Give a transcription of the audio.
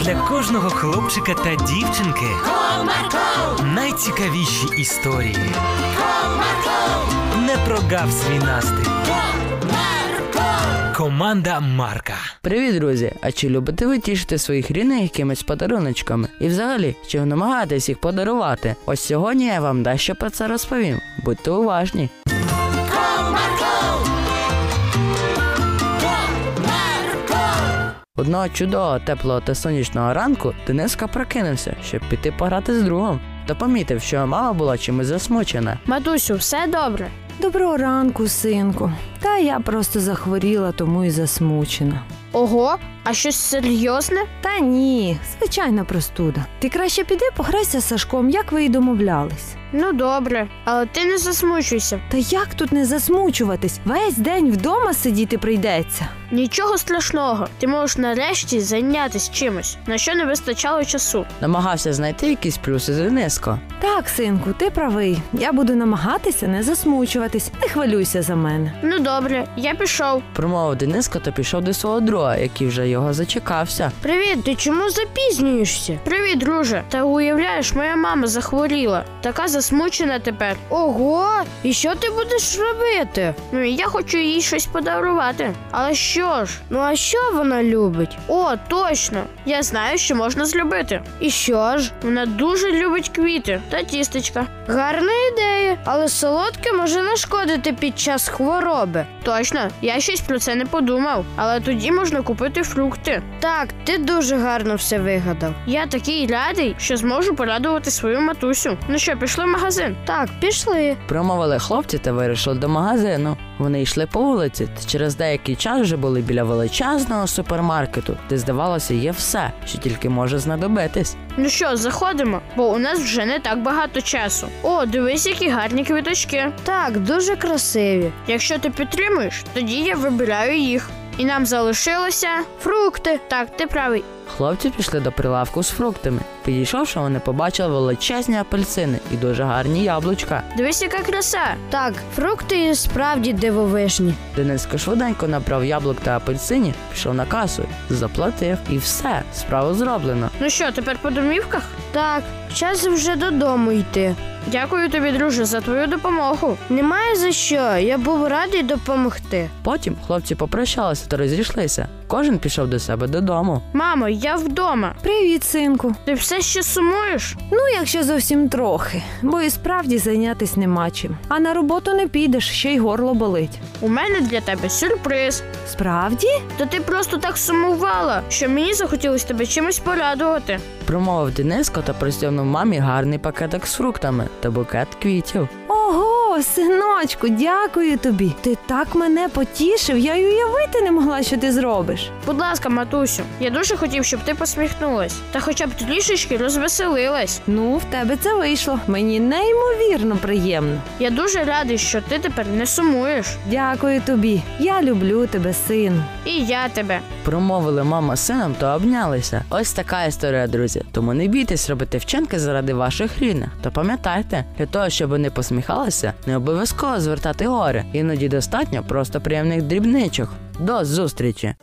для кожного хлопчика та дівчинки Comarco, найцікавіші історії. Comarco, Не прогав свій настрій. Comarco. Команда Марка. Привіт, друзі! А чи любите ви тішити своїх рідних якимись подаруночками? І взагалі, чи ви намагаєтесь їх подарувати? Ось сьогодні я вам дещо про це розповім. Будьте уважні. Одного чудового, теплого та сонячного ранку Дениска прокинувся, щоб піти пограти з другом. Та помітив, що мама була чимось засмучена. Матусю, все добре. Доброго ранку, синку. Та я просто захворіла, тому і засмучена. Ого, а щось серйозне? Та ні, звичайна простуда. Ти краще піди пограйся з Сашком, як ви і домовлялись. Ну добре, але ти не засмучуйся. Та як тут не засмучуватись? Весь день вдома сидіти прийдеться. Нічого страшного. Ти можеш нарешті зайнятися чимось, на що не вистачало часу. Намагався знайти якісь плюси Дениско. Так, синку, ти правий. Я буду намагатися не засмучуватись. Не хвилюйся за мене. Ну добре, я пішов. Промовив Дениско та пішов до свого друга, який вже його зачекався. Привіт, ти чому запізнюєшся? Привіт, друже. Та уявляєш, моя мама захворіла. Така засмучена тепер. Ого, і що ти будеш робити? Ну я хочу їй щось подарувати. Але що ж? Ну а що вона любить? О, точно. Я знаю, що можна зробити. І що ж? Вона дуже любить квіти та тістечка. Гарна ідея, але солодке може нашкодити під час хвороби. Точно, я щось про це не подумав, але тоді можна купити фрукти. Так, ти дуже гарно все вигадав. Я такий радий, що зможу порадувати свою матусю. Ну що, пішли в магазин? Так, пішли. Промовили хлопці та вирішили до магазину. Вони йшли по вулиці та через деякий час вже були біля величезного супермаркету, де здавалося є все, що тільки може знадобитись. Ну що, заходимо, бо у нас вже не так багато часу. О, дивись, які гарні квіточки. Так, дуже красиві. Якщо ти підтримуєш, тоді я вибираю їх. І нам залишилося фрукти. Так, ти правий. Хлопці пішли до прилавку з фруктами. Підійшовши, вони побачили величезні апельсини і дуже гарні яблучка. Дивись, яка краса. Так, фрукти справді дивовижні. Дениско швиденько набрав яблук та апельсинів, пішов на касу, заплатив і все, справа зроблено. Ну що, тепер по домівках? Так, час вже додому йти. Дякую тобі, друже, за твою допомогу. Немає за що. Я був радий допомогти. Потім хлопці попрощалися та розійшлися. Кожен пішов до себе додому. Мамо, я вдома. Привіт, синку. Ти все ще сумуєш? Ну, якщо зовсім трохи, бо і справді зайнятись нема чим. А на роботу не підеш, ще й горло болить. У мене для тебе сюрприз. Справді? Та ти просто так сумувала, що мені захотілося тебе чимось порадувати. Промовив Дениско та простягнув мамі гарний пакетик з фруктами та букет квітів. Ого, синочку, дякую тобі. Ти так мене потішив, я й уявити не могла, що ти зробиш. Будь ласка, матусю, я дуже хотів, щоб ти посміхнулась та хоча б трішечки розвеселилась. Ну, в тебе це вийшло. Мені неймовірно приємно. Я дуже радий, що ти тепер не сумуєш. Дякую тобі. Я люблю тебе, син. І я тебе. Промовили мама з сином та обнялися. Ось така історія, друзі. Тому не бійтесь робити вчинки заради ваших рідних. Та пам'ятайте, для того, щоб вони посміхалися, не обов'язково звертати гори. Іноді достатньо просто приємних дрібничок. До зустрічі!